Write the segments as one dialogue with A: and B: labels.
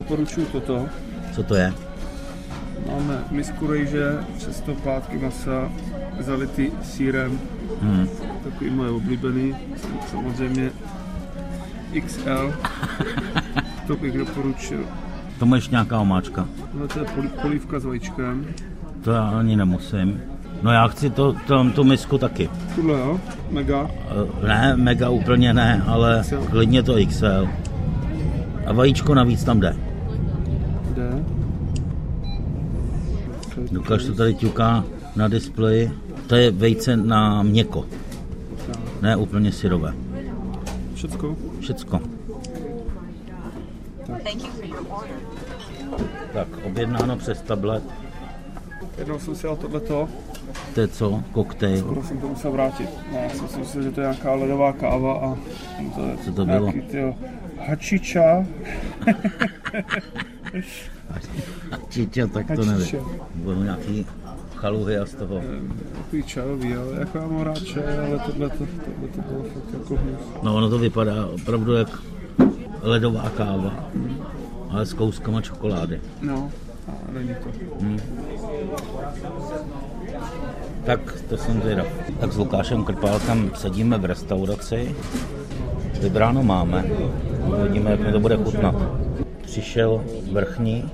A: doporučuju toto.
B: Co to je?
A: Máme misku rejže, přesto plátky masa, zalitý sírem.
B: Hmm.
A: Takový moje oblíbený, samozřejmě XL. to bych doporučil.
B: To máš nějaká omáčka.
A: No to je poli- polívka s vajíčkem.
B: To já ani nemusím. No já chci to, tam tu misku taky.
A: Tuhle jo, mega.
B: Eh, Ne, mega úplně ne, ale
A: XL.
B: klidně to XL. A vajíčko navíc tam jde.
A: Jde.
B: Lukáš to tady ťuká na displeji. To je vejce na měko, ne úplně syrové.
A: Všecko.
B: Všecko. Tak, objednáno přes tablet.
A: Jednou jsem si dal tohleto,
B: To je co? Koktejl.
A: skoro jsem to musel vrátit. No, já jsem si myslel, že to je nějaká ledová káva a to je
B: Co to bylo?
A: Nějaký, tyjo, hačiča.
B: Číče, tak to
A: A
B: nevím.
A: číče.
B: Budou nějaký chaluhy a z toho.
A: jako Takový čajový, ale jako já mám rád čaj, ale tohle to, tohle to bylo fakt jako hnus.
B: No ono to vypadá opravdu jak ledová káva, ale s kouskama čokolády.
A: No, a není to.
B: Tak to jsem zvědav. Tak s Lukášem Krpálkem sedíme v restauraci. Vybráno máme. Uvidíme, jak mi to bude chutnat. Přišel vrchní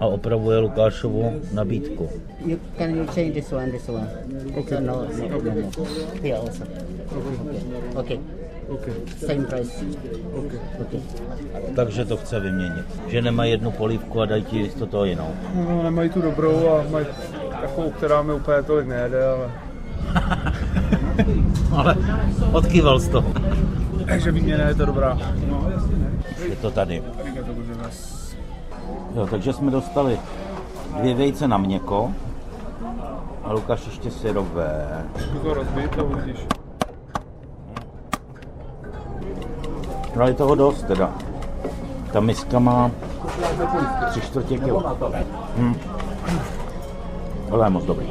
B: a opravuje Lukášovu nabídku.
C: You can you change this one, this one. Okay. No, no, no, no. Here also. Okay.
A: OK,
C: Same price.
A: OK.
C: Okay.
B: Takže to chce vyměnit. Že nemá jednu polívku a dají ti místo toho jinou.
A: No, nemají tu dobrou a mají takovou, která mi úplně tolik nejede, ale...
B: Ale odkýval z toho.
A: Takže výměna je to dobrá. No,
B: Je to tady.
A: Říká to, že vás...
B: Jo, takže jsme dostali dvě vejce na měko a Lukáš ještě syrové.
A: To rozbít a uvidíš.
B: No je toho dost teda. Ta miska má tři čtvrtě kilo. Hm. Ale je moc dobrý.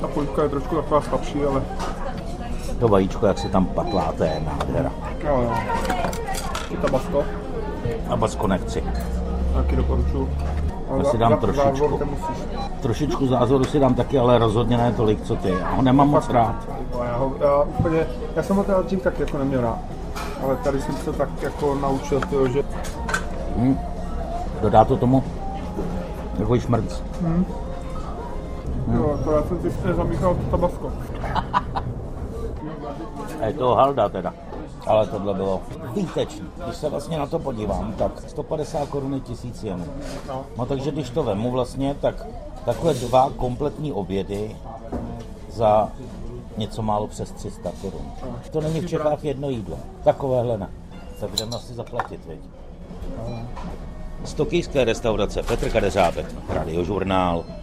A: Ta polívka je trošku taková slabší, ale...
B: To vajíčko, jak se tam patlá, to je nádhera.
A: Jo, jo. Je Tabasco,
B: A basko nechci.
A: taky doporučuji. Ale
B: Já si
A: za-
B: dám
A: za-
B: trošičku.
A: závor ten musíš.
B: Trošičku zázoru si dám taky, ale rozhodně ne tolik, co ty. Já ho nemám moc rád.
A: Jo, Já, ho, já, úplně, já jsem ho teda tím tak jako neměl rád. Ale tady jsem se tak jako naučil, tyjo, že
B: Dodá to tomu takový šmrc.
A: jo, akorát jsem si zamíchal to tabasko.
B: A je to halda teda. Ale tohle bylo výtečné. Když se vlastně na to podívám, tak 150 korun je tisíc jenů. No takže když to vemu vlastně, tak takhle dva kompletní obědy za něco málo přes 300 korun. To není v Čechách jedno jídlo. Takovéhle ne. Tak jdeme asi zaplatit, viď? Z tokijské restaurace Petr Kadeřábek, Radiožurnál.